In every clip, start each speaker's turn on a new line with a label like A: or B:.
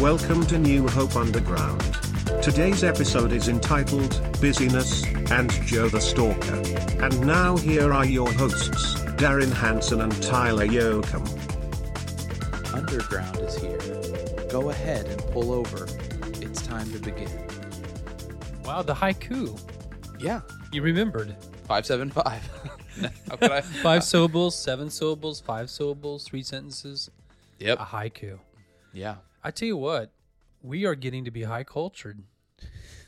A: Welcome to New Hope Underground. Today's episode is entitled Busyness and Joe the Stalker. And now here are your hosts, Darren Hanson and Tyler Yoakum.
B: Underground is here. Go ahead and pull over. It's time to begin.
C: Wow, the haiku.
B: Yeah.
C: You remembered.
B: 575. How could I? Ah,
C: Five syllables, seven syllables, five syllables, three sentences.
B: Yep.
C: A haiku.
B: Yeah.
C: I tell you what, we are getting to be high cultured.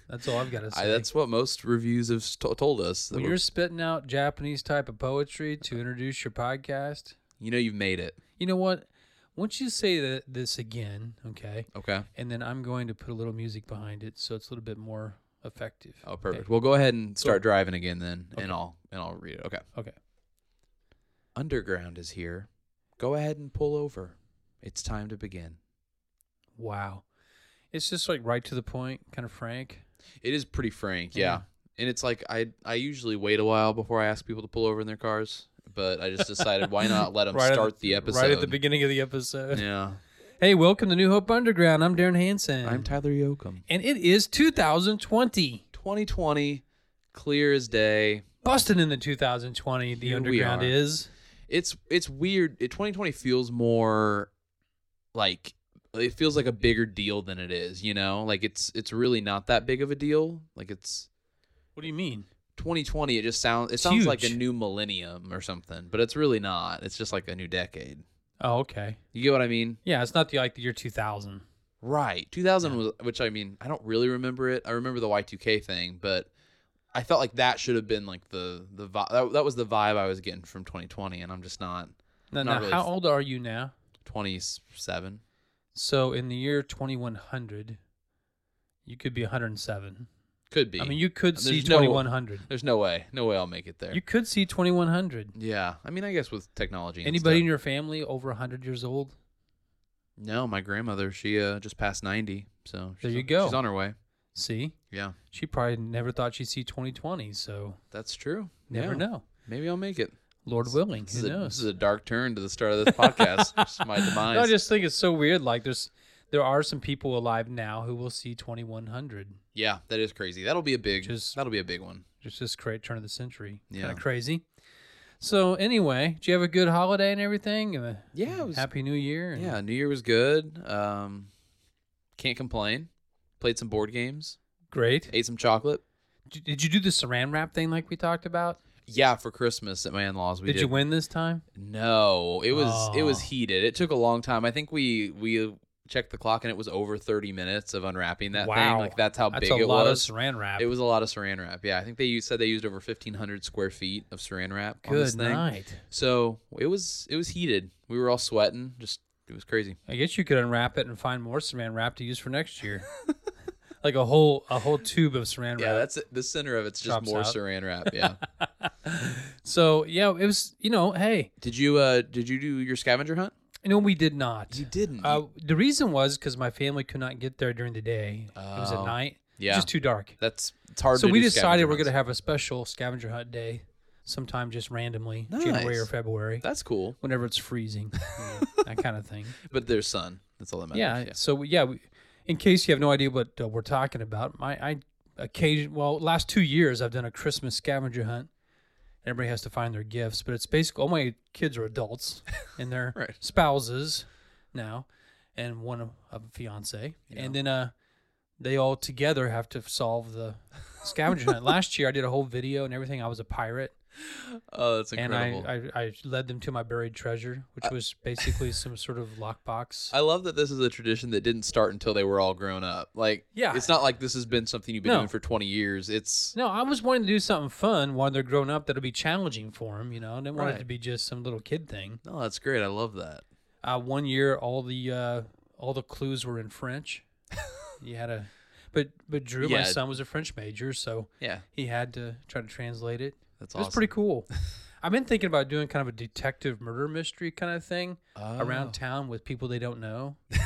C: That's all I've got to say.
B: I, that's what most reviews have s- to- told us. that
C: when
B: we're-
C: you're spitting out Japanese type of poetry to introduce your podcast,
B: you know you've made it.
C: you know what? Once you say that this again, okay,
B: Okay.
C: and then I'm going to put a little music behind it so it's a little bit more effective.
B: Oh,
C: okay?
B: perfect. We'll go ahead and start driving again then, and I'll and I'll read it. Okay.
C: Okay.
B: Underground is here. Go ahead and pull over. It's time to begin.
C: Wow. It's just like right to the point, kind of frank.
B: It is pretty frank, yeah.
C: Yeah.
B: And it's like I I usually wait a while before I ask people to pull over in their cars, but I just decided why not let them
C: Right at
B: start the, episode
C: Right at the beginning of the episode.
B: Yeah.
C: Hey, welcome to New Hope Underground. I'm Darren Hansen.
B: I'm Tyler Yoakum.
C: and it is 2020.
B: 2020, clear as day.
C: Busting in the 2020, the
B: Here we
C: Underground
B: are.
C: is.
B: It's it's weird. It, 2020 feels more like it feels like a bigger deal than it is. You know, like it's it's really not that big of a deal. Like it's
C: What do you mean?
B: 2020. It just sounds it
C: It's
B: sounds like a
C: huge.
B: new millennium or something, but it's really not. It's just like a new decade.
C: Oh, okay.
B: You get what I mean?
C: Yeah, it's not the like the year 2000.
B: Right. 2000 was, which I mean, I don't really remember it. I remember the Y2K thing, but I felt like that should have been like the the vibe. That, that was the vibe I was getting from 2020, and I'm just not
C: Now,
B: Not
C: now
B: really.
C: how old are you now?
B: 27.
C: So in the year 2100, you could be 107.
B: Could be.
C: I mean, you could see
B: There's no-
C: 2100.
B: there's no way, no way I'll make it there.
C: You could see 2100.
B: yeah. I mean, I guess with technology. and
C: Anybody in
B: stuff.
C: your family over 100 years old?
B: No, my grandmother. She uh, just passed 90, so
C: There
B: she's
C: you
B: on-
C: go.
B: She's on her way.
C: See?
B: Yeah,
C: She probably never thought she'd see 2020, so
B: that's true.
C: never
B: Yeah.
C: know.
B: Maybe I'll make it.
C: Lord willing,
B: This is,
C: who
B: a,
C: knows?
B: this is a dark turn to the start of this podcast. Just my demise.
C: No, I just think it's so weird. Like there's there are some people alive now who will see 2100.
B: Yeah, that is crazy. That'll be a big.
C: Just-
B: that'll be a big one.
C: It's just great turn of the century.
B: Yeah.
C: Kind of crazy. So anyway, do you have a good holiday and everything? And a
B: Yeah, it was-
C: Happy New Year. and-
B: Yeah, New Year was good. Um, can't complain. Played some board games.
C: Great.
B: Ate some chocolate.
C: D- Did you do the saran wrap thing like we talked about?
B: Yeah, for Christmas at my in-laws we
C: did,
B: did.
C: you win this time?
B: No, it was it was
C: Oh.
B: heated. It took a long time. I think we we checked the clock and it was over 30 minutes of unwrapping that thing.
C: Wow.
B: Like that's how
C: That's
B: big
C: a
B: it
C: lot
B: was.
C: of saran wrap.
B: it was a lot of saran wrap. Yeah, I think they used, said they used over 1500 square feet of saran wrap on this
C: good
B: thing.
C: night.
B: So, it was it was heated. We were all sweating. Just it was crazy.
C: I guess you could unwrap it and find more saran wrap to use for next year. like a whole a whole tube of saran
B: Yeah,
C: wrap.
B: that's it. the center of it's just
C: Drops
B: more
C: out.
B: saran wrap. Yeah.
C: So yeah, it was you know, hey,
B: did you uh did you do your scavenger hunt?
C: no, we did not.
B: didn't.
C: Uh, the reason was because my family could not get there during the day. It was
B: Oh,
C: at night.
B: yeah.
C: It's just too dark.
B: That's it's hard.
C: So
B: to
C: we
B: do
C: decided
B: scavenger
C: we're going to
B: hunts.
C: have a special scavenger hunt day sometime just randomly, January or
B: Nice.
C: February,
B: That's cool,
C: whenever it's freezing, you know, that kind of thing.
B: but there's sun. That's all that matters.
C: yeah, So we- yeah, we, in case you have no idea what uh, we're talking about, my I occasion well last two years I've done a Christmas scavenger hunt. Everybody has to find their gifts, but it's basically all my kids are adults and their
B: Right.
C: spouses now, and one of a fiance, and then uh, they all together have to solve the scavenger hunt. Last year I did a whole video and everything. I was a pirate,
B: Oh, that's incredible. Uh, I,
C: and I, I I led them to my buried treasure, which was basically some sort of lockbox.
B: love that this is a tradition that didn't start until they were all grown up. Like,
C: Yeah.
B: it's not like this has been something you've been
C: No.
B: doing for 20 years. It's
C: No, I was wanting to do something fun while they're grown up that'll be challenging for them, you know. I didn't want it to
B: Right.
C: be just some little kid thing.
B: no, that's great. I love that.
C: Uh, one year, all the uh, all the clues were in French. you had a, but but Drew, my
B: Yeah.
C: son, was a French major, so
B: Yeah,
C: he had to try to translate it.
B: that's
C: It
B: awesome.
C: was pretty cool. I've been thinking about doing kind of a detective murder mystery kind of thing around town with people they don't know,
B: Oh.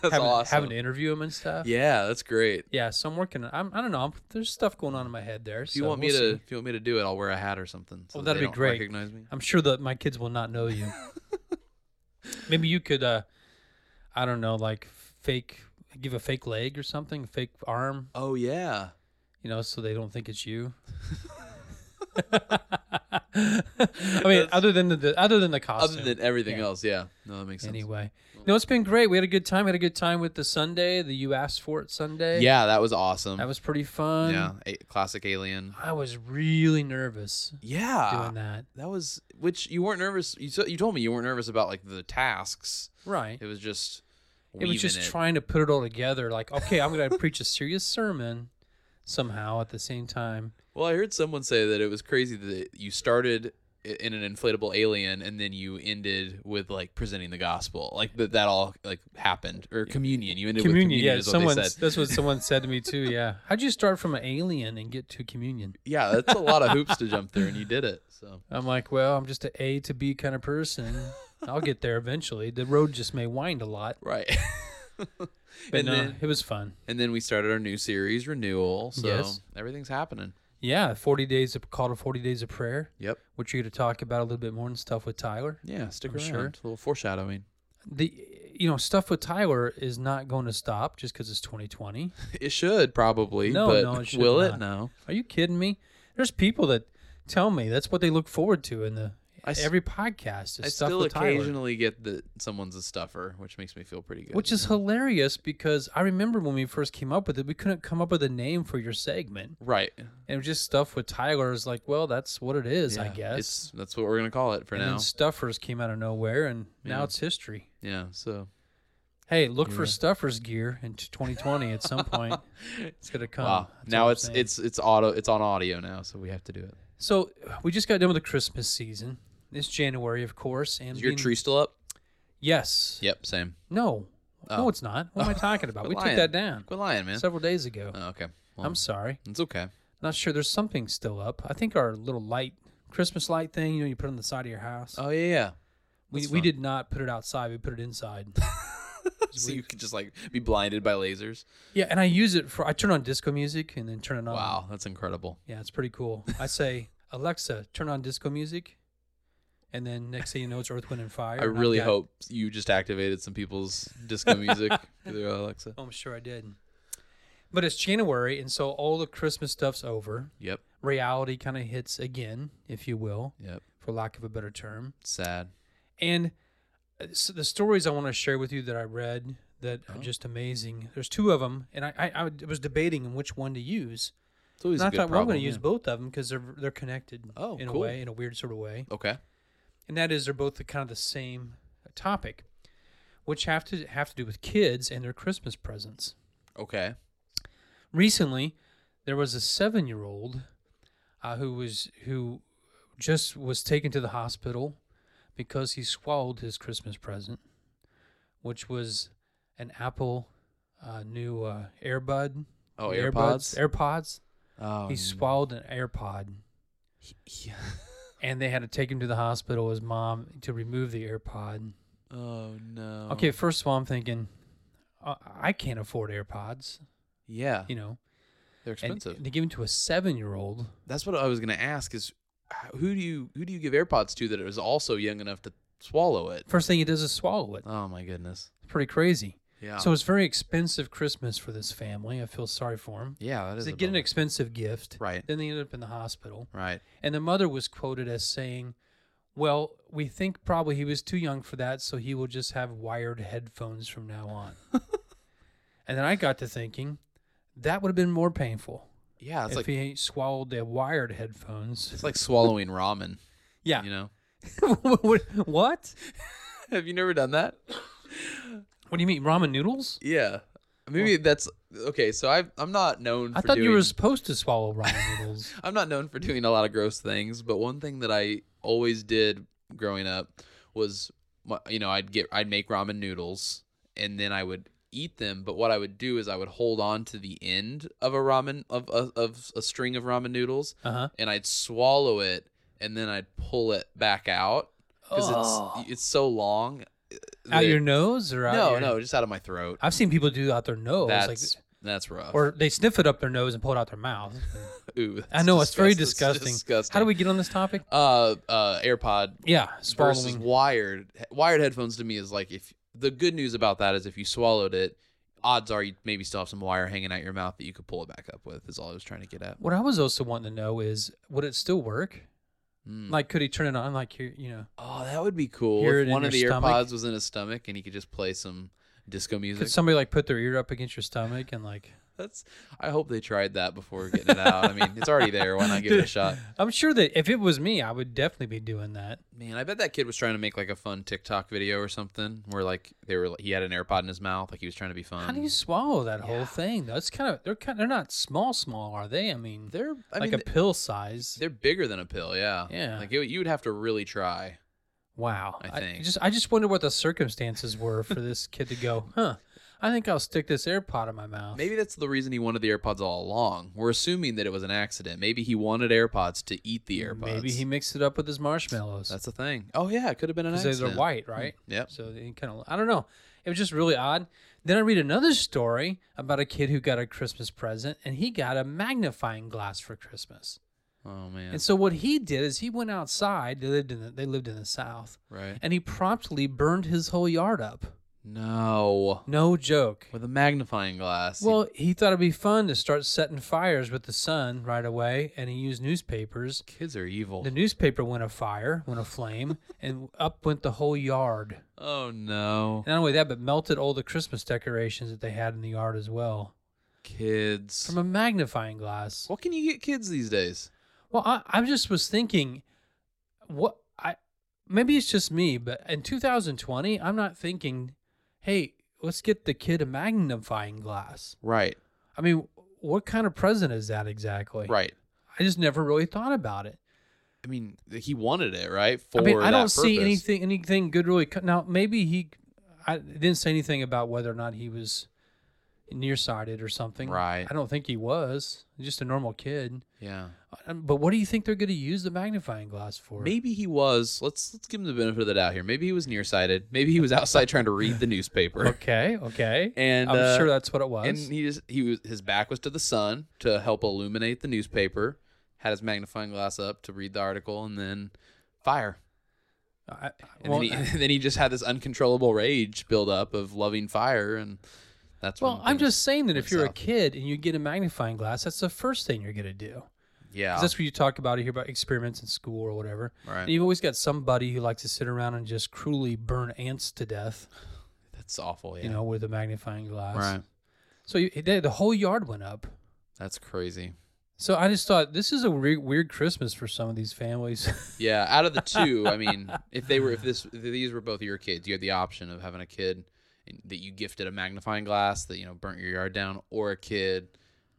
B: that's
C: having,
B: awesome.
C: having to interview them and stuff.
B: yeah, that's great.
C: Yeah, so I'm working. I'm, I don't know. I'm, there's stuff going on in my head there.
B: If you
C: so
B: want
C: we'll
B: me to,
C: see.
B: if you want me to do it, I'll wear a hat or something. So
C: Oh,
B: that
C: that'd
B: they
C: be
B: don't
C: great.
B: Recognize me.
C: I'm sure that my kids will not know you. Maybe you could, uh, I don't know, like fake give a fake leg or something, a fake arm,
B: Oh yeah.
C: you know, so they don't think it's you. I mean, other than the, the other than the costume.
B: Other than everything
C: Yeah.
B: else, yeah. No, that makes sense.
C: anyway, no, it's been great. We had a good time. We had a good time with the Sunday, the you asked for it Sunday.
B: Yeah, that was awesome.
C: that was pretty fun.
B: yeah, a- classic Alien.
C: I was really nervous
B: Yeah.
C: doing that.
B: That was which you weren't nervous. You so, you told me you weren't nervous about like the tasks.
C: Right.
B: It was just
C: It was
B: weaving
C: just trying to put it all together. Like, okay, I'm going to preach a serious sermon somehow at the same time.
B: Well, I heard someone say that it was crazy that you started i- in an inflatable alien and then you ended with like presenting the gospel. Like that that all like happened or communion. You ended with
C: communion,
B: communion
C: yeah.
B: is what they
C: Someone,
B: said.
C: that's what someone said to me too. Yeah. How'd you start from an alien and get to communion?
B: Yeah, that's a lot of hoops to jump through and you did it. So
C: I'm like, well, I'm just a A to B kind of person. I'll get there eventually. The road just may wind a lot,
B: Right.
C: but
B: and
C: no,
B: then
C: it was fun.
B: and then we started our new series renewal. So
C: Yes.
B: everything's happening.
C: Yeah, 40 days of called 40 days of prayer,
B: Yep.
C: which you're going to talk about a little bit more and stuff with Tyler.
B: Yeah, stick
C: I'm
B: around.
C: sure.
B: A little foreshadowing.
C: The you know, stuff with Tyler is not going to stop just cuz it's 2020.
B: It should probably,
C: No,
B: but
C: no, it should
B: will
C: not.
B: it? No.
C: Are you kidding me? There's people that tell me that's what they look forward to in the
B: I s-
C: every podcast is
B: I
C: stuff
B: still
C: with Tyler.
B: occasionally get that someone's a stuffer, which makes me feel pretty good.
C: Which is hilarious because I remember when we first came up with it, we couldn't come up with a name for your segment.
B: right.
C: And it was just stuff with Tyler is like, well, that's what it is, I
B: Yeah,
C: guess.
B: It's, that's what we're gonna call it for
C: and
B: now.
C: then stuffers came out of nowhere, and now
B: Yeah.
C: it's history.
B: yeah. So
C: Hey, look for stuffers gear in 2020 at some point. It's gonna come.
B: wow.
C: Oh, That's all
B: Now
C: I'm
B: it's
C: saying.
B: it's it's auto it's on audio now, so we have to do it.
C: so we just got done with the Christmas season. It's January, of course, and
B: Is your
C: being-
B: tree still up?
C: Yes.
B: Yep. Same.
C: No. No,
B: Oh.
C: it's not. What am I talking about?
B: Quit
C: we took
B: lying.
C: that down
B: Quit lying, man.
C: several days ago.
B: oh, okay. Well,
C: I'm sorry.
B: it's okay.
C: Not sure. There's something still up. I think our little light, Christmas light thing, you know, you put on the side of your house.
B: Oh yeah. yeah.
C: we
B: that's
C: we
B: fun.
C: did not put it outside. We put it inside.
B: so you could just like be blinded by lasers.
C: yeah, and I use it for. I turn on disco music and then turn it on.
B: Wow, that's incredible.
C: Yeah, it's pretty cool. I say, Alexa, turn on disco music, and then next thing you know, it's Earth, Wind, and Fire.
B: I
C: and I've
B: really
C: got-
B: hope you just activated some people's disco music through Alexa.
C: Oh, I'm sure I did. But it's January, and so all the Christmas stuff's over.
B: Yep.
C: Reality kind of hits again, if you will,
B: Yep.
C: for lack of a better term.
B: Sad.
C: And uh, s the stories I want to share with you that I read that
B: Uh-huh.
C: are just amazing. There's two of them, and I, I, I was debating on which one to use.
B: It's always
C: And I
B: a good
C: thought, well, I'm
B: problem.
C: going to use
B: yeah.
C: both of them because they're they're connected.
B: Oh,
C: in
B: cool.
C: a way, in a weird sort of way,
B: Okay.
C: and that is they're both the kind of the same topic, which have to have to do with kids and their Christmas presents.
B: Okay.
C: Recently, there was a seven-year-old uh, who was who just was taken to the hospital because he swallowed his Christmas present, which was an Apple uh, new uh, Airbud.
B: Oh,
C: the
B: AirPods.
C: AirPods.
B: oh,
C: he swallowed an AirPod,
B: yeah.
C: and they had to take him to the hospital. His mom to remove the AirPod.
B: Oh no.
C: Okay, first of all, I'm thinking uh, I can't afford AirPods.
B: Yeah,
C: You know,
B: they're
C: and
B: expensive.
C: to give them to a seven-year-old.
B: That's what I was gonna ask. Is h- who do you who do you give AirPods to that is also young enough to swallow it?
C: First thing he does is swallow it.
B: Oh my goodness.
C: It's pretty crazy.
B: Yeah.
C: So it's very expensive Christmas for this family. I feel sorry for him.
B: yeah, that is
C: They
B: a
C: get an
B: bummer.
C: expensive gift.
B: Right.
C: Then they end up in the hospital.
B: right.
C: And the mother was quoted as saying, Well, we think probably he was too young for that, so he will just have wired headphones from now on. and then I got to thinking, that would have been more painful
B: Yeah, it's
C: if
B: like
C: he swallowed the wired headphones.
B: it's like swallowing ramen.
C: Yeah.
B: You know.
C: what? What
B: Have you never done that?
C: do you mean, ramen noodles?
B: Yeah. Maybe that's okay. So I I'm not known. For
C: I thought
B: doing,
C: you were supposed to swallow ramen noodles.
B: I'm not known for doing a lot of gross things, but one thing that I always did growing up was, my- you know, I'd get, I'd make ramen noodles and then I would eat them. But what I would do is I would hold on to the end of a ramen of a, of a string of ramen noodles
C: Uh huh.
B: and I'd swallow it and then I'd pull it back out because
C: Oh.
B: it's it's so long.
C: Out
B: that-
C: your nose or out
B: no,
C: your-
B: no, just out of my throat.
C: I've seen people do out their nose,
B: That's
C: like,
B: that's rough.
C: or they sniff it up their nose and pull it out their mouth.
B: Ooh,
C: I know it's very
B: disgust-
C: disgusting.
B: disgusting.
C: How do we get on this topic?
B: uh uh AirPod
C: Yeah,
B: versus
C: swallowing.
B: wired. Wired headphones to me is like if the good news about that is if you swallowed it, odds are you maybe still have some wire hanging out your mouth that you could pull it back up with. Is all I was trying to get at.
C: What I was also wanting to know is, would it still work?
B: Mm.
C: Like, could he turn it on? Like, here, you know,
B: oh, that would be cool.
C: Hear
B: If
C: it in
B: one of the
C: your stomach.
B: AirPods was in his stomach and he could just play some disco music.
C: could somebody like put their ear up against your stomach and like?
B: That's. I hope they tried that before getting it out. I mean, it's already there. Why not give it a shot?
C: I'm sure that if it was me, I would definitely be doing that.
B: Man, I bet that kid was trying to make like a fun TikTok video or something where like they were he had an AirPod in his mouth, like he was trying to be fun.
C: How do you swallow that
B: Um, yeah.
C: whole thing? That's kind of they're kind they're not small small, are they? I mean,
B: They're I
C: like
B: mean,
C: a pill size.
B: they're bigger than a pill. Yeah.
C: Yeah.
B: Like it, you would have to really try.
C: Wow.
B: I think.
C: just I just wonder what the circumstances were for this kid to go, huh? I think I'll stick this AirPod in my mouth.
B: Maybe that's the reason he wanted the AirPods all along. We're assuming that it was an accident. Maybe he wanted AirPods to eat the AirPods.
C: Maybe he mixed it up with his marshmallows.
B: That's the thing. Oh yeah, it could have been an
C: because
B: accident. Hmm.
C: they're white, right?
B: Yep.
C: So they kind of I don't know. It was just really odd. Then I read another story about a kid who got a Christmas present and he got a magnifying glass for Christmas.
B: Oh man.
C: And so what he did is he went outside. They lived in the, they lived in the South,
B: right.
C: and he promptly burned his whole yard up.
B: No.
C: No joke.
B: With a magnifying glass. you-
C: Well, he thought it'd be fun to start setting fires with the sun right away, and he used newspapers.
B: kids are evil.
C: The newspaper went afire, went aflame, and up went the whole yard.
B: oh no.
C: And not only that, but melted all the Christmas decorations that they had in the yard as well
B: Kids.
C: from a magnifying glass.
B: what can you get kids these days?
C: Well, I, I just was thinking, what I maybe it's just me, but in 2020, I'm not thinking, hey, let's get the kid a magnifying glass.
B: Right.
C: I mean, what kind of present is that exactly?
B: Right.
C: I just never really thought about it.
B: I mean, he wanted it, right? For
C: I mean, I
B: that
C: don't see
B: purpose.
C: anything anything good really. Co- now, maybe he, I it didn't say anything about whether or not he was nearsighted or something.
B: Right.
C: I don't think he was. Just a normal kid.
B: Yeah.
C: Um, But what do you think they're going to use the magnifying glass for?
B: Maybe he was. Let's let's give him the benefit of the doubt here. Maybe he was nearsighted. Maybe he was outside trying to read the newspaper.
C: Okay, okay.
B: And,
C: I'm
B: uh,
C: sure that's what it was.
B: And he just he was his back was to the sun to help illuminate the newspaper. Had his magnifying glass up to read the article, and then fire.
C: I, I-
B: And
C: well, uh,
B: then, he, then he just had this uncontrollable rage build up of loving fire, and that's when
C: well, I'm
B: things
C: just saying that if
B: went
C: you're a
B: south.
C: kid and you get a magnifying glass, that's the first thing you're going to do. 'Cause
B: yeah
C: That's what you talk about. You hear about experiments in school or whatever.
B: right.
C: And you've always got somebody who likes to sit around and just cruelly burn ants to death,
B: that's awful. Yeah,
C: you know, with a magnifying glass.
B: right.
C: So you, they, the whole yard went up.
B: That's crazy.
C: So I just thought this is a weird, weird Christmas for some of these families.
B: Yeah, out of the two, I mean, if they were if this if these were both your kids, you had the option of having a kid in- that you gifted a magnifying glass that you know burnt your yard down, or a kid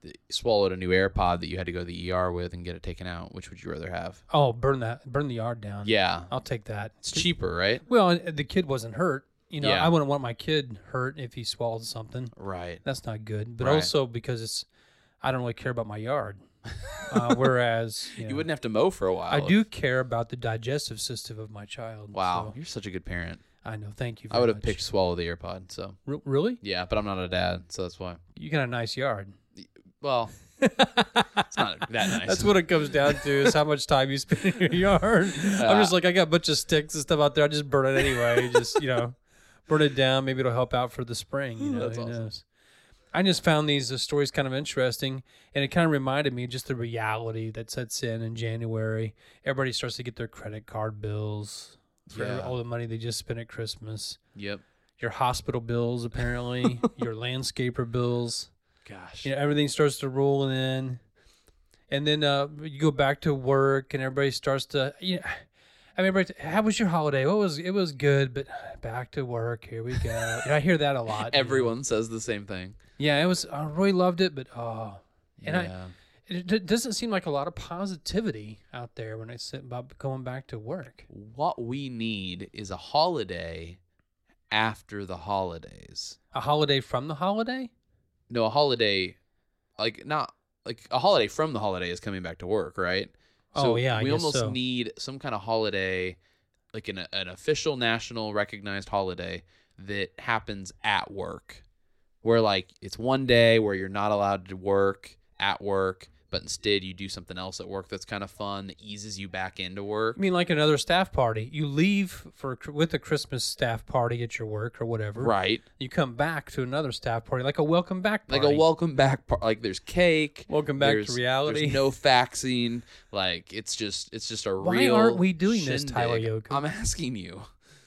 B: that swallowed a new AirPod that you had to go to the ER with and get it taken out. Which would you rather have?
C: oh, burn that, burn the yard down.
B: Yeah,
C: I'll take that.
B: it's cheaper, right?
C: Well, and the kid wasn't hurt. You know,
B: Yeah.
C: I wouldn't want my kid hurt if he swallowed something.
B: Right.
C: That's not good. But
B: Right.
C: also because it's, I don't really care about my yard. Uh, whereas you,
B: You
C: know,
B: wouldn't have to mow for a while.
C: I
B: if-
C: do care about the digestive system of my child.
B: Wow,
C: so-
B: you're such a good parent.
C: I know. Thank you.
B: I
C: Very
B: would have
C: much.
B: picked swallow the AirPod. So
C: Re- really?
B: yeah, but I'm not a dad, so that's why.
C: You got a nice yard.
B: Well, it's not that nice.
C: That's what it comes down to is how much time you spend in your yard. I'm just like, I got a bunch of sticks and stuff out there. I just burn it anyway. just, you know, burn it down. Maybe it'll help out for the spring. You know,
B: That's
C: who
B: awesome.
C: knows? I just found these uh, stories kind of interesting, and it kind of reminded me just the reality that sets in in January. Everybody starts to get their credit card bills for
B: Yeah.
C: all the money they just spent at Christmas.
B: Yep.
C: Your hospital bills, apparently, your landscaper bills
B: Gosh.
C: you know everything starts to roll in and then uh you go back to work and everybody starts to you know, I mean, everybody- how was your holiday? What was it was good, but back to work. Here we go. And I hear that a lot. you know.
B: Everyone says the same thing.
C: yeah, it was. I really loved it, but oh, And I-
B: yeah.
C: it, d doesn't seem like a lot of positivity out there when it's about going back to work.
B: what we need is a holiday after the holidays.
C: A holiday from the holiday.
B: No, a holiday like not like a holiday from the holiday is coming back to work, right?
C: Oh, yeah, I
B: we
C: guess
B: almost
C: so.
B: need some kind of holiday, like an an official national recognized holiday that happens at work, where like it's one day where you're not allowed to work at work, but instead you do something else at work that's kind of fun that eases you back into work.
C: I mean, like another staff party. You leave for with a Christmas staff party at your work or whatever.
B: Right.
C: You come back to another staff party, like a welcome back party.
B: Like a welcome back par Like there's cake.
C: Welcome back to
B: there's-
C: reality.
B: There's no faxing. Like it's just it's just a
C: Why
B: real.
C: aren't we doing this, Tyler
B: shindig.
C: Yoakum?
B: I'm asking you.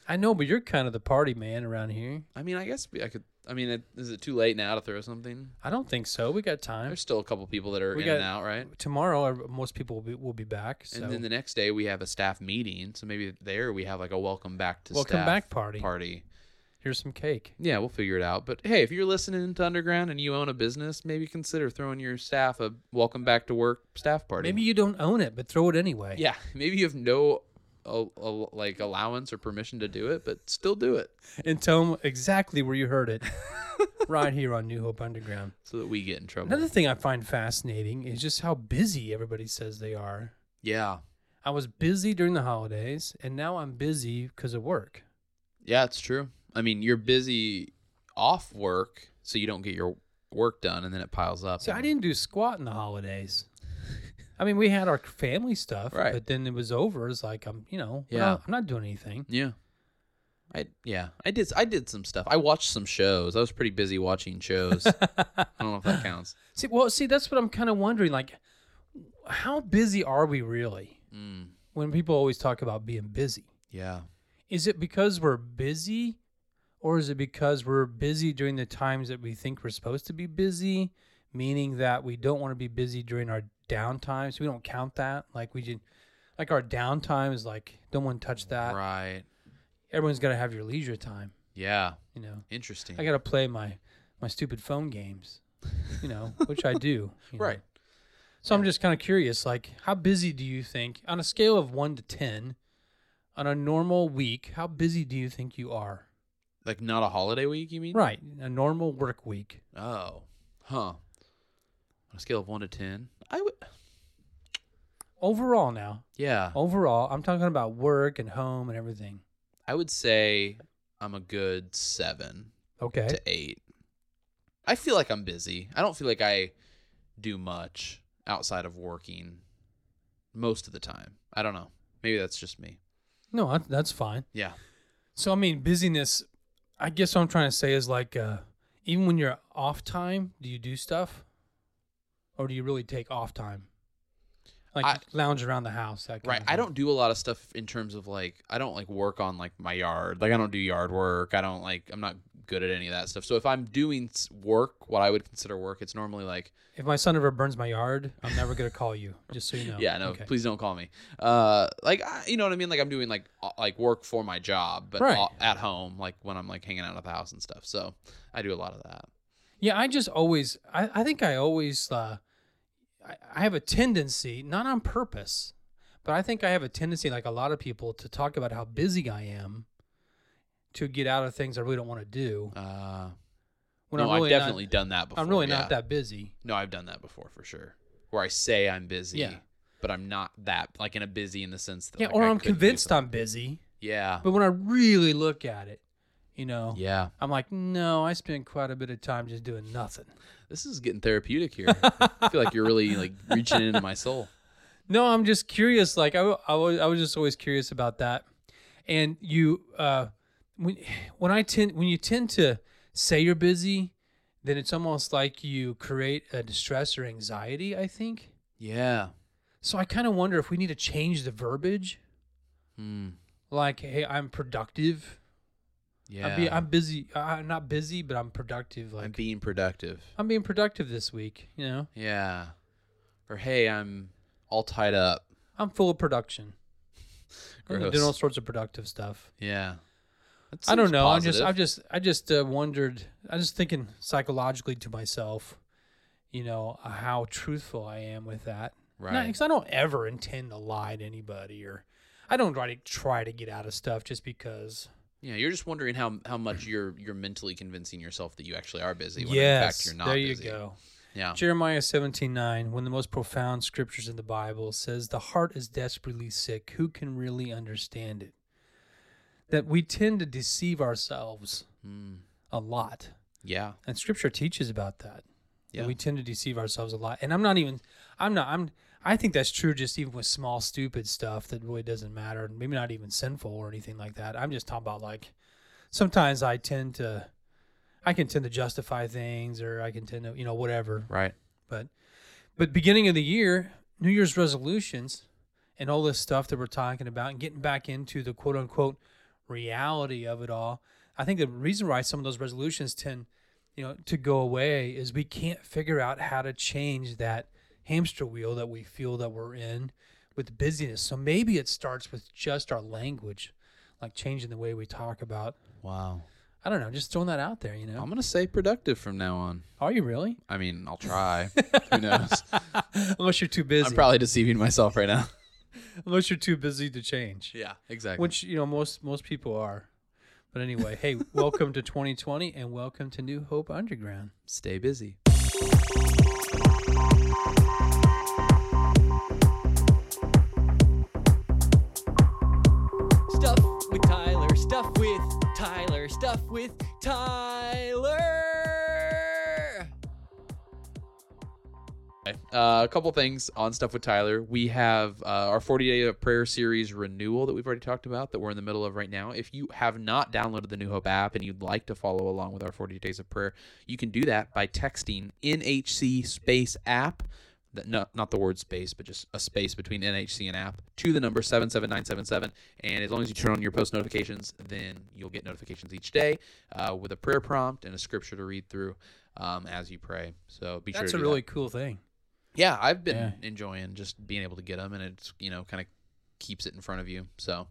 C: I know, but you're kind of the party man around here.
B: I mean, I guess we- I could. I mean, it- is it too late now to throw something?
C: I don't think so. We got time.
B: There's still a couple people that are
C: We
B: in
C: got-
B: and out, right?
C: Tomorrow, I- most people will be, will be back. So.
B: And then the next day we have a staff meeting, so maybe there we have like a welcome back to
C: Welcome
B: staff
C: back party.
B: Party.
C: Here's some cake.
B: Yeah, we'll figure it out. But hey, if you're listening to Underground and you own a business, maybe consider throwing your staff a welcome back to work staff party.
C: Maybe you don't own it, but throw it anyway.
B: Yeah, maybe you have no uh, uh, like allowance or permission to do it, but still do it
C: And tell them exactly where you heard it. right here on New Hope Underground.
B: so that we get in trouble.
C: Another thing I find fascinating is just how busy everybody says they are.
B: yeah.
C: I was busy during the holidays, and now I'm busy because of work.
B: Yeah, it's true. I mean, you're busy off work, so you don't get your work done and then it piles up.
C: So I
B: and-
C: didn't do squat in the holidays. I mean, we had our family stuff,
B: Right.
C: but then it was over. It's like I'm, you know, yeah,
B: Yeah.
C: I'm not doing anything.
B: Yeah. I yeah. I did I did some stuff. I watched some shows. I was pretty busy watching shows. I don't know if that counts.
C: See, well, see, that's what I'm kind of wondering. Like, how busy are we really?
B: Mm,
C: When people always talk about being busy,
B: yeah.
C: is it because we're busy, or is it because we're busy during the times that we think we're supposed to be busy? Meaning that we don't want to be busy during our downtime, so we don't count that. Like we did, like our downtime is like, don't want to touch that.
B: right.
C: Everyone's got to have your leisure time,
B: Yeah.
C: you know.
B: Interesting.
C: I got to play my my stupid phone games, you know, which I do. you know.
B: right.
C: So I'm just kind of curious, like, how busy do you think, on a scale of one to ten, on a normal week, how busy do you think you are?
B: Like not a holiday week, you mean?
C: Right, a normal work week.
B: Oh. Huh. On a scale of 1 to 10, I would
C: Overall, now,
B: Yeah.
C: Oh. overall, I'm talking about work and home and everything.
B: I would say I'm a good 7
C: Okay,
B: to 8. I feel like I'm busy. I don't feel like I do much outside of working most of the time. I don't know. Maybe that's just me.
C: no, that- that's fine.
B: Yeah.
C: So I mean, busyness. I guess what I'm trying to say is like, uh, even when you're off time, do you do stuff, or do you really take off time? Like
B: I-
C: lounge around the house. That kind
B: Right.
C: of
B: I
C: thing.
B: don't do a lot of stuff in terms of like I don't like work on like my yard. Like I don't do yard work. I don't like I'm not good at any of that stuff. So if I'm doing s- work, what I would consider work, it's normally like
C: If my son ever burns my yard, I'm never gonna call you. Just so you know.
B: yeah, no,
C: Okay.
B: please don't call me. Uh like I, you know what I mean? Like I'm doing like uh, like work for my job, but
C: Right.
B: a- at home like when I'm like hanging out at the house and stuff. So I do a lot of that.
C: Yeah, I just always. I, I think I always. Uh, I, I have a tendency, not on purpose, but I think I have a tendency, like a lot of people, to talk about how busy I am. To get out of things I really don't want to do.
B: Uh
C: When
B: no,
C: I'm really
B: I've
C: not-
B: definitely done that before.
C: I'm really
B: yeah.
C: not that busy.
B: No, I've done that before for sure. Where I say I'm busy,
C: Yeah.
B: but I'm not that like in a busy in the sense that
C: Yeah,
B: like,
C: or
B: I
C: I'm
B: couldn't do
C: convinced
B: something.
C: I'm busy,
B: Yeah.
C: but when I really look at it, you know,
B: Yeah.
C: I'm like, no, I spend quite a bit of time just doing nothing.
B: This is getting therapeutic here. I feel like you're really like reaching into my soul.
C: No, I'm just curious. Like I, wa- I was, I was just always curious about that. And you, uh, when when I tend when you tend to say you're busy, then it's almost like you create a distress or anxiety. I think.
B: Yeah.
C: So I kind of wonder if we need to change the verbiage.
B: Hmm.
C: Like, hey, I'm productive.
B: Yeah.
C: I'm, be, I'm busy. I- I'm not busy, but I'm productive. Like
B: I'm being productive.
C: I'm being productive this week. You know,
B: Yeah. Or hey, I'm all tied up.
C: I'm full of production. I'm
B: Gross.
C: doing all sorts of productive stuff.
B: Yeah. That
C: I don't
B: seems
C: know.
B: positive.
C: I'm just, I'm just, I just uh, wondered. I was thinking psychologically to myself, you know, uh, how truthful I am with that.
B: Right.
C: Because I don't ever intend to lie to anybody, or I don't try to try to get out of stuff just because.
B: yeah, you're just wondering how how much you're you're mentally convincing yourself that you actually are busy when in
C: yes,
B: fact you're not
C: there
B: busy.
C: you go.
B: Yeah.
C: Jeremiah seventeen nine, one of the most profound scriptures in the Bible, says, The heart is desperately sick. Who can really understand it? That we tend to deceive ourselves
B: Mm.
C: a lot.
B: Yeah.
C: And scripture teaches about that.
B: Yeah.
C: And we tend to deceive ourselves a lot. And I'm not even, I'm not. I'm. I think that's true. Just even with small stupid stuff that really doesn't matter. Maybe not even sinful or anything like that. I'm just talking about like sometimes I tend to, I can tend to justify things or I can tend to you know whatever.
B: Right.
C: But, but beginning of the year, New Year's resolutions, and all this stuff that we're talking about, and getting back into the quote unquote reality of it all. I think the reason why some of those resolutions tend, you know, to go away is we can't figure out how to change that hamster wheel that we feel that we're in with busyness. So maybe it starts with just our language, like changing the way we talk about.
B: Wow.
C: I don't know, just throwing that out there, you know.
B: I'm gonna say productive from now on.
C: Are you really?
B: I mean, I'll try. Who knows?
C: Unless you're too busy.
B: I'm probably deceiving myself right now.
C: Unless you're too busy to change.
B: Yeah, exactly.
C: which you know most most people are but anyway hey welcome to 2020 and welcome to new hope underground
B: stay busy.
D: Stuff with Tyler, stuff with Tyler, stuff with Tyler.
B: Uh, a couple things on stuff with Tyler. We have uh, our 40 day of prayer series renewal that we've already talked about that we're in the middle of right now. If you have not downloaded the New Hope app and you'd like to follow along with our 40 days of prayer, you can do that by texting NHC space app. That, no, not the word space, but just a space between NHC and app to the number 77977. And as long as you turn on your post notifications, then you'll get notifications each day uh, with a prayer prompt and a scripture to read through um, as you pray. So be sure
C: that's
B: to
C: a
B: do that.
C: really cool thing
B: Yeah, I've been enjoying just being able to get them, and it's you know kind of keeps it in front of you. So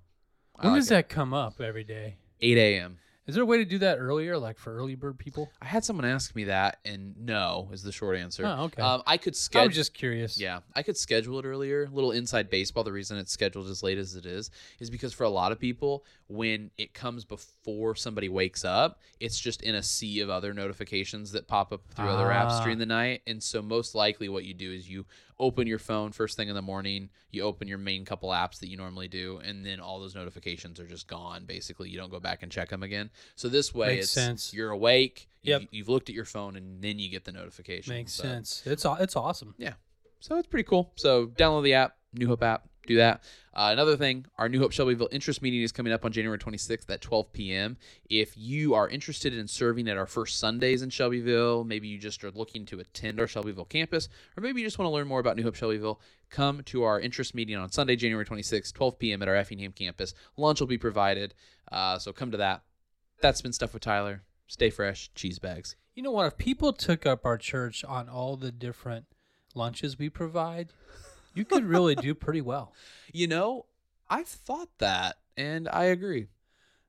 B: I
C: when
B: like
C: does
B: it.
C: that come up every day
B: Eight a.m.
C: is there a way to do that earlier like for early bird people
B: I had someone ask me that, and no is the short answer.
C: Oh, okay.
B: Um, I could
C: i was
B: schedule.
C: just curious
B: Yeah, I could schedule it earlier. little inside baseball. The reason it's scheduled as late as it is is because for a lot of people, when it comes before somebody wakes up, it's just in a sea of other notifications that pop up through other apps
C: Ah.
B: during the night. And so, most likely, what you do is you open your phone first thing in the morning, you open your main couple apps that you normally do, and then all those notifications are just gone. Basically, you don't go back and check them again. So, this way,
C: Makes
B: it's
C: sense.
B: you're awake,
C: Yep.
B: you've, you've looked at your phone, and then you get the notification.
C: makes
B: So-
C: sense it's aw- it's awesome
B: yeah. So it's pretty cool. So download the app, New Hope app, do that. Uh, another thing, our New Hope Shelbyville interest meeting is coming up on January 26th at 12 p.m. If you are interested in serving at our first Sundays in Shelbyville, maybe you just are looking to attend our Shelbyville campus, or maybe you just want to learn more about New Hope Shelbyville, come to our interest meeting on Sunday, January 26th, 12 p.m. at our Effingham campus. Lunch will be provided. Uh, so come to that. That's been stuff with Tyler. Stay fresh, cheese bags.
C: you know what if people took up our church on all the different lunches we provide you could really do pretty well
B: You know, I've thought that, and I agree.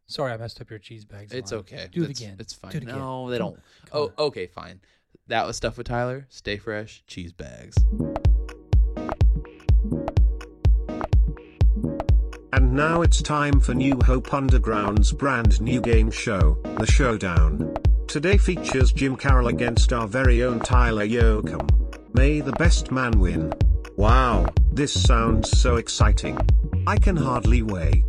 C: sorry i messed up your cheese bags
B: It's
C: line.
B: okay.
C: do it
B: It's-
C: again
B: It's fine.
C: do it again.
B: no, they
C: Come
B: don't.
C: on. Come
B: Oh,
C: on.
B: okay, fine. That was stuff with Tyler. Stay fresh. Cheese bags.
A: And now it's time for New Hope Underground's brand new game show, The Showdown. Today features Jim Carroll against our very own Tyler Yoakum. May the best man win. Wow, this sounds so exciting. I can hardly wait.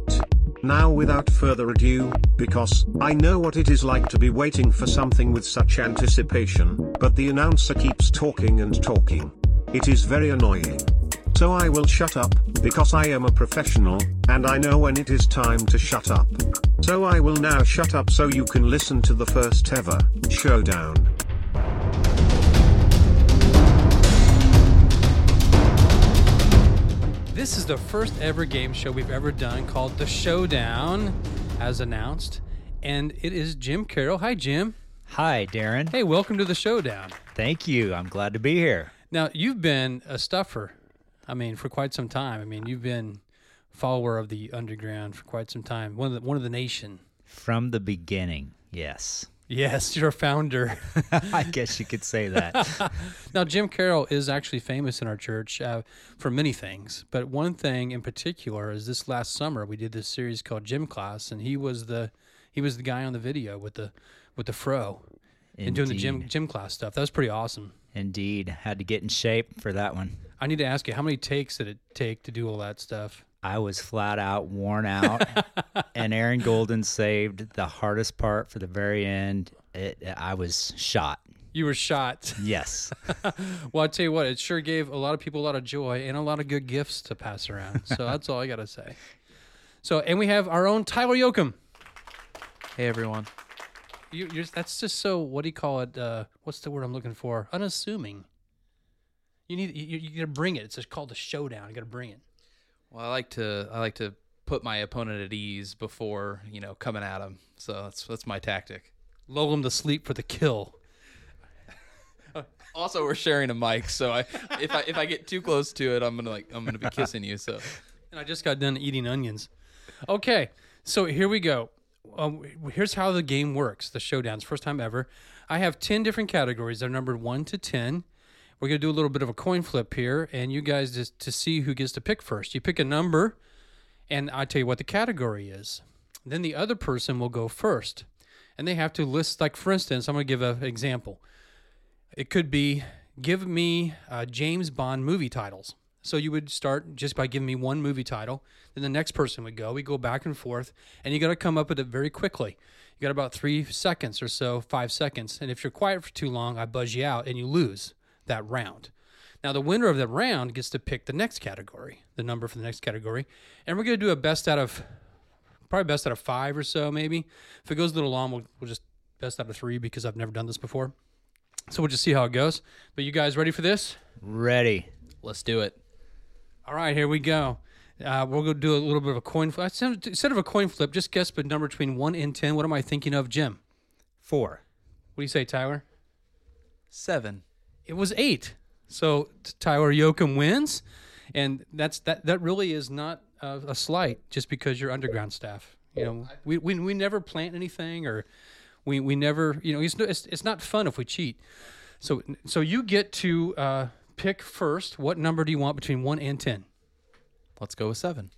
A: Now, without further ado, because I know what it is like to be waiting for something with such anticipation, but the announcer keeps talking and talking. It is very annoying. So I will shut up, because I am a professional, and I know when it is time to shut up. So I will now shut up so you can listen to the first ever showdown.
C: This is the first ever game show we've ever done called The Showdown, as announced. And it is Jim Carroll. Hi, Jim.
E: Hi, Darren.
C: Hey, welcome to The Showdown.
E: Thank you. I'm glad to be here.
C: Now, you've been a stuffer, I mean, for quite some time. I mean, you've been follower of the underground for quite some time, one of the, one of the nation.
E: From the beginning, yes.
C: Yes, you're a founder.
E: I guess you could say that.
C: Now, Jim Carroll is actually famous in our church uh, for many things, but one thing in particular is this last summer we did this series called Gym Class, and he was the he was the guy on the video with the with the fro and doing the gym
E: Indeed.
C: gym class stuff. That was pretty awesome.
E: Indeed. Had to get in shape for that one.
C: I need to ask you, how many takes did it take to do all that stuff?
E: I was flat out worn out, and Aaron Golden saved the hardest part for the very end. It, I was shot.
C: You were shot.
E: Yes.
C: Well, I tell you what, it sure gave a lot of people a lot of joy and a lot of good gifts to pass around. So that's all I gotta say. So, and we have our own Tyler Yoakum.
B: Hey everyone.
C: You, you're, that's just so. What do you call it? Uh, what's the word I'm looking for? Unassuming. You need. You, you, you gotta bring it. It's just called the showdown. You gotta bring it.
B: Well, I like to I like to put my opponent at ease before you know coming at him. So that's that's my tactic.
C: Lull them to sleep for the kill.
B: Also, we're sharing a mic, so I if I if I get too close to it, I'm gonna like I'm gonna be kissing you. So
C: And I just got done eating onions. Okay, so here we go. Um, here's how the game works the showdowns, first time ever. I have 10 different categories. They're numbered 1 to 10. We're going to do a little bit of a coin flip here, and you guys just to see who gets to pick first. You pick a number, and I tell you what the category is. Then the other person will go first, and they have to list, like, for instance, I'm going to give an example. It could be give me uh, James Bond movie titles. So you would start just by giving me one movie title. Then the next person would go. We go back and forth, and you got to come up with it very quickly. You got about three seconds or so, five seconds. And if you're quiet for too long, I buzz you out and you lose that round. Now, the winner of that round gets to pick the next category, the number for the next category. And we're going to do a best out of probably best out of five or so, maybe. If it goes a little long, we'll, we'll just best out of three because I've never done this before. So we'll just see how it goes. But you guys ready for this?
E: Ready.
B: let's do it.
C: All right, here we go. Uh, we're going to do a little bit of a coin flip. Instead of a coin flip, just guess the number between 1 and 10. What am I thinking of, Jim?
E: Four.
C: What do you say, Tyler?
B: Seven.
C: It was 8. So t- Tyler Yoakum wins. And that's that That really is not a, a slight just because you're underground staff. You know, we, we, we never plant anything or we, we never, you know, it's, no- it's, it's not fun if we cheat. So, so you get to uh, pick first. What number do you want between 1 and 10?
B: Let's go with seven.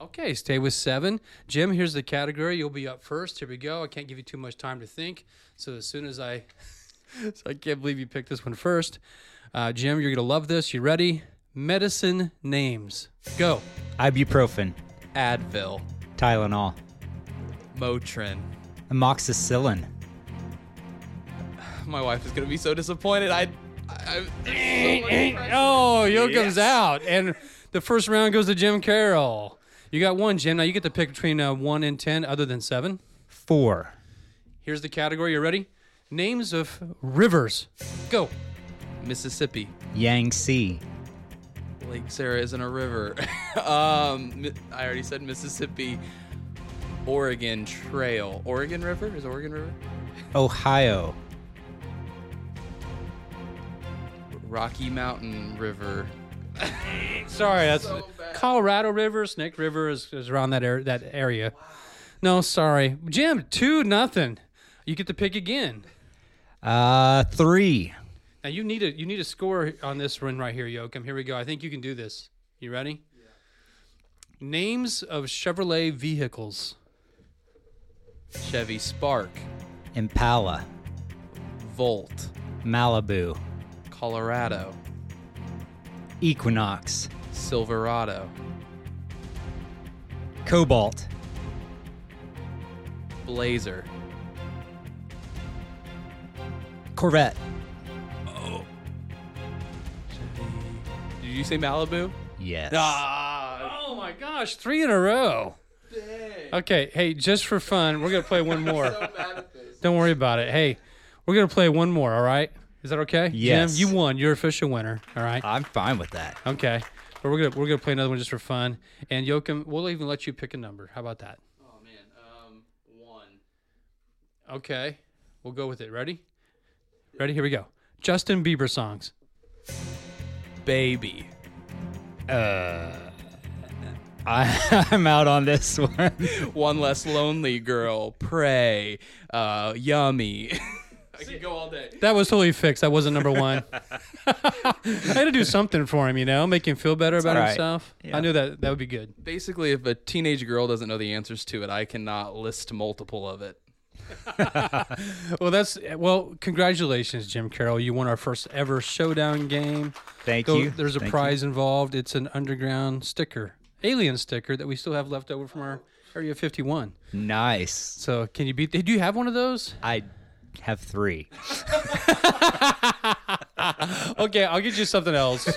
C: Okay, stay with seven. Jim, here's the category. You'll be up first. Here we go. I can't give you too much time to think. So as soon as I, so I can't believe you picked this one first. Uh, Jim, you're gonna love this. You ready? Medicine names. Go.
E: Ibuprofen.
B: Advil.
E: Tylenol.
B: Motrin.
E: Amoxicillin.
B: My wife is gonna be so disappointed. I. I, I
C: Oh, Yoakum's out, and the first round goes to Jim Carroll. You got one, Jim. Now you get to pick between uh, one and ten, other than seven.
E: Four.
C: Here's the category. You ready? Names of rivers. Go.
B: Mississippi.
E: Yangtze.
B: Lake Sarah isn't a river. um, Mi- I already said Mississippi. Oregon Trail. Oregon River is Oregon River.
E: Ohio.
B: Rocky Mountain River.
C: Sorry, that's
B: bad.
C: Colorado River, Snake River is, is around that area. That area. No, sorry, Jim. Two nothing. You get to pick again.
E: Uh, three.
C: Now you need a you need a score on this one right here, Joachim. Here we go. I think you can do this. You ready? Names of Chevrolet vehicles.
B: Chevy Spark.
E: Impala.
B: Volt.
E: Malibu.
B: Colorado.
E: Equinox.
B: Silverado.
E: Cobalt.
B: Blazer.
E: Corvette.
B: Did you say Malibu?
E: Yes.
C: Oh my gosh, three in a row. Okay, hey, just for fun, we're gonna play one more. Don't worry about it. Hey, we're gonna play one more. All right, is that okay?
E: Yes.
C: Jim, you won. You're official winner. All right.
E: I'm fine with that.
C: Okay. But we're gonna we're gonna play another one just for fun. And Joachim, we'll even let you pick a number. How about that?
B: Oh man, um, one.
C: Okay. We'll go with it. Ready? Ready? Here we go. Justin Bieber songs.
B: Baby.
E: I, I'm out on this one.
B: One less lonely girl. Pray. Uh, yummy. I could go all day.
C: That was totally fixed. That wasn't number one. I had to do something for him, you know, make him feel better about
E: all right.
C: himself.
E: Yeah.
C: I knew that that would be good.
B: Basically, if a teenage girl doesn't know the answers to it, I cannot list multiple of it.
C: Well, that's well. Congratulations, Jim Carroll. You won our first ever showdown game.
E: Thank
C: Go-
E: you.
C: There's a
E: Thank you.
C: prize involved. It's an underground sticker, alien sticker that we still have left over from our Area 51.
E: Nice.
C: So can you beat? Do you have one of those?
E: I have three.
C: okay, I'll get you something else.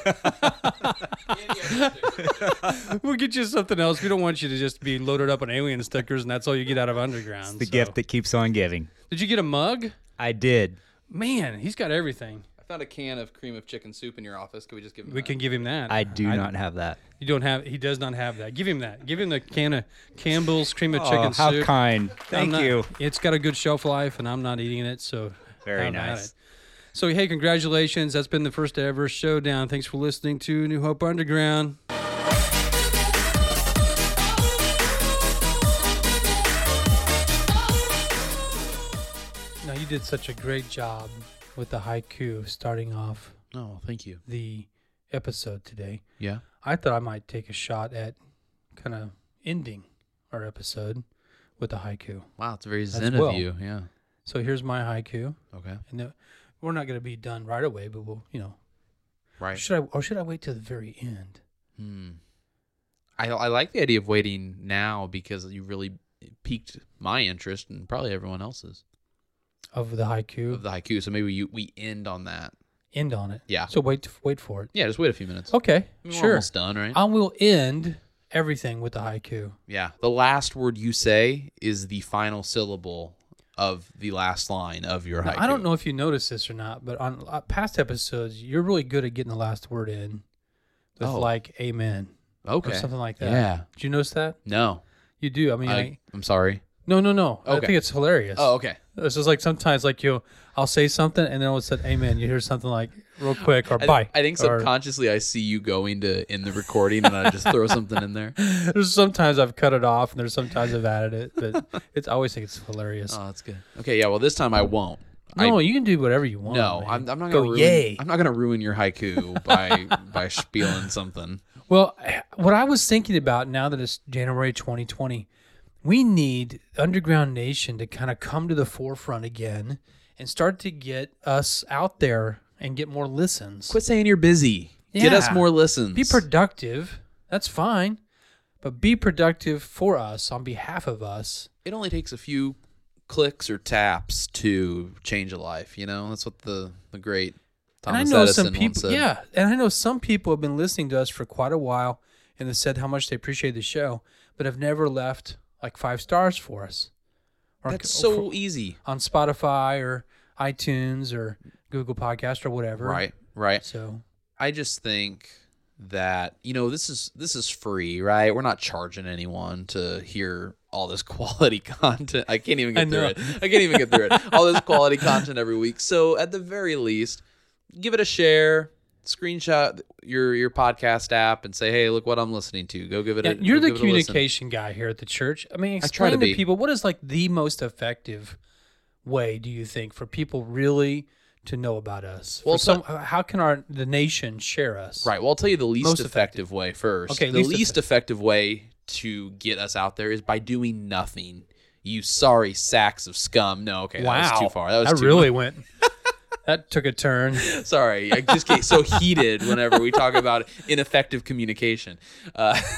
C: we'll get you something else. We don't want you to just be loaded up on alien stickers and that's all you get out of Underground.
E: The
C: so.
E: gift that keeps on giving.
C: Did you get a mug?
E: I did.
C: Man, he's got everything.
B: I found a can of cream of chicken soup in your office. Can we just give him
C: We can give him that.
E: I do not have that.
C: You don't have. He does not have that. Give him that. Give him the can of Campbell's cream of
E: oh,
C: chicken
E: how
C: soup.
E: kind.
C: I'm
E: Thank
C: not-
E: you.
C: It's got a good shelf life, and I'm not eating it, so
E: Very
C: I'm at
E: nice.
C: it. So hey, congratulations! That's been the first ever showdown. Thanks for listening to New Hope Underground. Now you did such a great job with the haiku starting off
B: Oh, thank you.
C: the episode today.
B: Yeah.
C: I thought I might take a shot at kind of ending our episode with a haiku.
B: Wow, it's very zen of
C: well.
B: you. Yeah.
C: So here's my haiku,
B: Okay.
C: and the, we're not going to be done right away, but we'll, you know,
B: Right.
C: should I or should I wait till the very end?
B: Hmm. I I like the idea of waiting now because you really piqued my interest and probably everyone else's
C: Of the haiku,
B: of the haiku. So maybe you, we end on that.
C: end on it.
B: Yeah.
C: So wait, wait for it.
B: Yeah, just wait a few minutes.
C: Okay,
B: I mean, We're
C: sure.
B: almost done, right?
C: I will end everything with the haiku.
B: yeah. The last word you say is the final syllable of the last line of your
C: Now,
B: haiku.
C: I don't know if you noticed this or not, but on uh, past episodes, you're really good at getting the last word in with
B: Oh.
C: like "amen"
B: Okay.
C: or something like that.
B: Yeah.
C: Did you notice that?
B: No.
C: You do. I mean, I,
B: I, I'm sorry.
C: no, no, no. I
B: Okay.
C: think it's hilarious.
B: Oh, okay.
C: It's just like sometimes, like you, I'll say something, and then all of a sudden, "Amen." You hear something like real quick or
B: I,
C: "Bye."
B: I think
C: or-
B: subconsciously I see you going to in the recording and I just throw something in there.
C: There's sometimes I've cut it off, and there's sometimes I've added it, but it's I always think it's hilarious.
B: Oh, that's good. Okay, yeah. Well, this time I won't. I-
C: no, you can do whatever you want.
B: No,
C: man.
B: I'm, I'm not gonna
C: Go
B: ruin,
C: yay.
B: I'm not gonna ruin your haiku by by spieling something.
C: Well, what I was thinking about now that it's January 2020, we need Underground Nation to kind of come to the forefront again and start to get us out there and get more listens.
B: Quit saying you're busy. Get us
C: Yeah.
B: more listens.
C: Be productive. That's fine. But be productive for us on behalf of us.
B: it only takes a few clicks or taps to change a life. You know, that's what the the great Thomas
C: and I know
B: Edison
C: some
B: once
C: people,
B: said.
C: yeah, and I know some people have been listening to us for quite a while and have said how much they appreciate the show, but have never left like five stars for us. Or-
B: that's
C: or
B: so easy.
C: on Spotify or iTunes or Google Podcast or whatever.
B: Right, right.
C: So
B: I just think that you know this is this is free, right? We're not charging anyone to hear all this quality content. I can't even
C: I
B: get through
C: know.
B: it. I can't even get through it. All this quality content every week. So at the very least, give it a share. Screenshot your your podcast app and say, "Hey, look what I'm listening to." Go give it.
C: yeah,
B: a,
C: you're
B: go
C: the
B: give it a listen.
C: communication guy here at the church. I mean,
B: I try
C: explain
B: to
C: to,
B: be.
C: people what is like the most effective way do you think for people really to know about us? For
B: Well,
C: some, how can our the nation share us?
B: Right. Well, I'll tell you the least
C: Most
B: effective,
C: effective.
B: way first.
C: Okay,
B: The
C: least
B: least, effective way to get us out there is by doing nothing. You sorry sacks of scum. No, okay, that was too far. That was too
C: really went. that took a turn.
B: Sorry, I just get so heated whenever we talk about ineffective communication. Uh,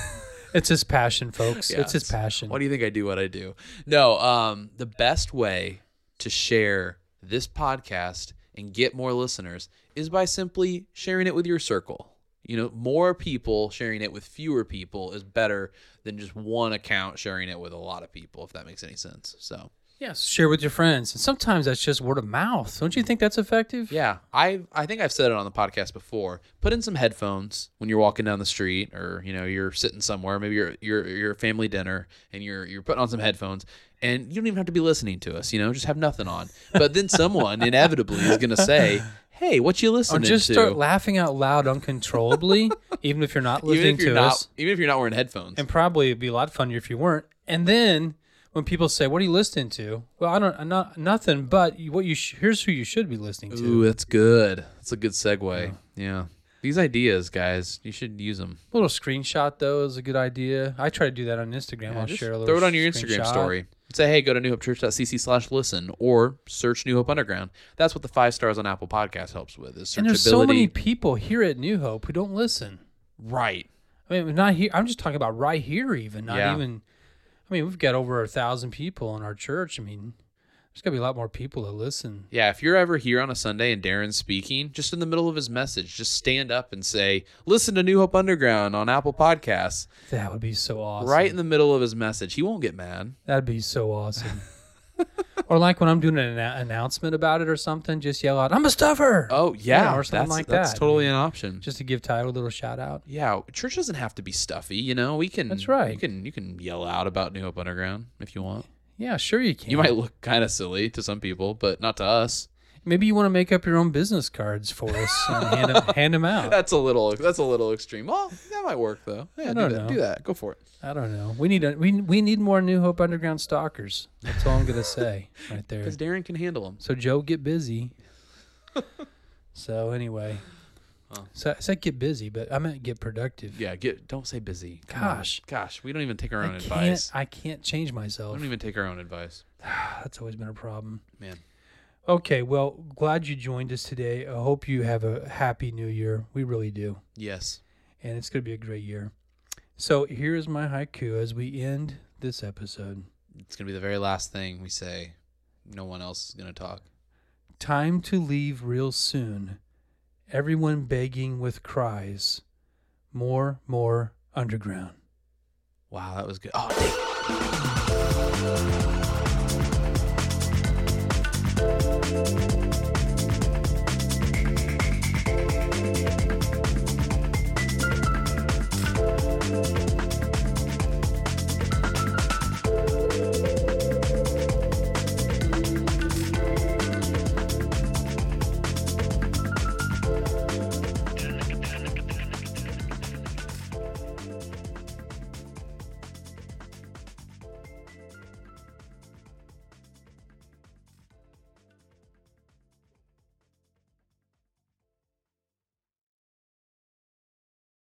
C: It's his passion, folks.
B: yeah,
C: it's his passion.
B: Why do you think I do what I do? No, um, the best way to share this podcast and get more listeners is by simply sharing it with your circle. You know, more people sharing it with fewer people is better than just one account sharing it with a lot of people, if that makes any sense. So.
C: yes, share with your friends. And sometimes that's just word of mouth. Don't you think that's effective?
B: Yeah, I I think I've said it on the podcast before. Put in some headphones when you're walking down the street, or you know you're sitting somewhere. Maybe you're you're you're a family dinner, and you're you're putting on some headphones, and you don't even have to be listening to us. You know, just have nothing on. But then someone inevitably is gonna say, "Hey, what you
C: Or
B: listening
C: just
B: to?"
C: start laughing out loud uncontrollably, even if you're not
B: even
C: listening
B: if you're
C: to
B: not
C: us.
B: even if you're not wearing headphones.
C: And probably it'd be a lot funnier if you weren't. And then when people say, "What are you listening to?" Well, I don't, I'm not nothing. But you- what you sh- here's who you should be listening to.
B: Ooh, that's good. That's a good segue. Yeah. These ideas, guys, you should use them.
C: A little screenshot though is a good idea. I try to do that on Instagram. I'll share a little.
B: Throw it on your Instagram
C: screenshot.
B: story. Say, hey, go to newhopechurch.cc slash listen or search New Hope Underground. That's what the five stars on Apple Podcast helps with is searchability.
C: And there's so many people here at New Hope who don't listen.
B: right.
C: I mean, not here. I'm just talking about right here, even not
B: Yeah.
C: even. I mean, we've got over a thousand people in our church. I mean, There's got to be a lot more people that listen.
B: Yeah, if you're ever here on a Sunday and Darren's speaking, just in the middle of his message, just stand up and say, "Listen to New Hope Underground on Apple Podcasts."
C: That would be so awesome.
B: Right in the middle of his message, he won't get mad.
C: That'd be so awesome. or like when I'm doing an annou- announcement about it or something, just yell out, "I'm a stuffer."
B: Oh yeah,
C: or something
B: that's,
C: like
B: that's
C: that.
B: totally an option.
C: just to give title a little shout out.
B: yeah, church doesn't have to be stuffy. You know, we can.
C: That's right.
B: You can you can yell out about New Hope Underground if you want.
C: Yeah, sure you can.
B: You might look kind of silly to some people, but not to us.
C: Maybe you want to make up your own business cards for us and hand, 'em- hand them out.
B: That's a little that's a little extreme. Well, that might work though. Yeah, do
C: don't
B: that.
C: know.
B: Do that. Go for it.
C: I don't know. We need a, we we need more New Hope Underground stalkers. That's all I'm gonna say right there.
B: Because Darren can handle them.
C: So Joe, get busy. so anyway, so I said get busy, but I meant get productive.
B: Yeah, get don't say busy. Come on.
C: Gosh.
B: gosh, we don't even take our
C: I
B: own
C: can't
B: advice.
C: I can't change myself.
B: We don't even take our own advice.
C: That's always been a problem.
B: Man.
C: Okay, well, glad you joined us today. I hope you have a happy new year. We really do.
B: Yes.
C: And it's going to be a great year. So, here is my haiku as we end this episode.
B: It's gonna be the very last thing we say. No one else is gonna talk.
C: Time to leave real soon. Everyone begging with cries. More, more underground.
B: Wow, that was good. Oh dang. it.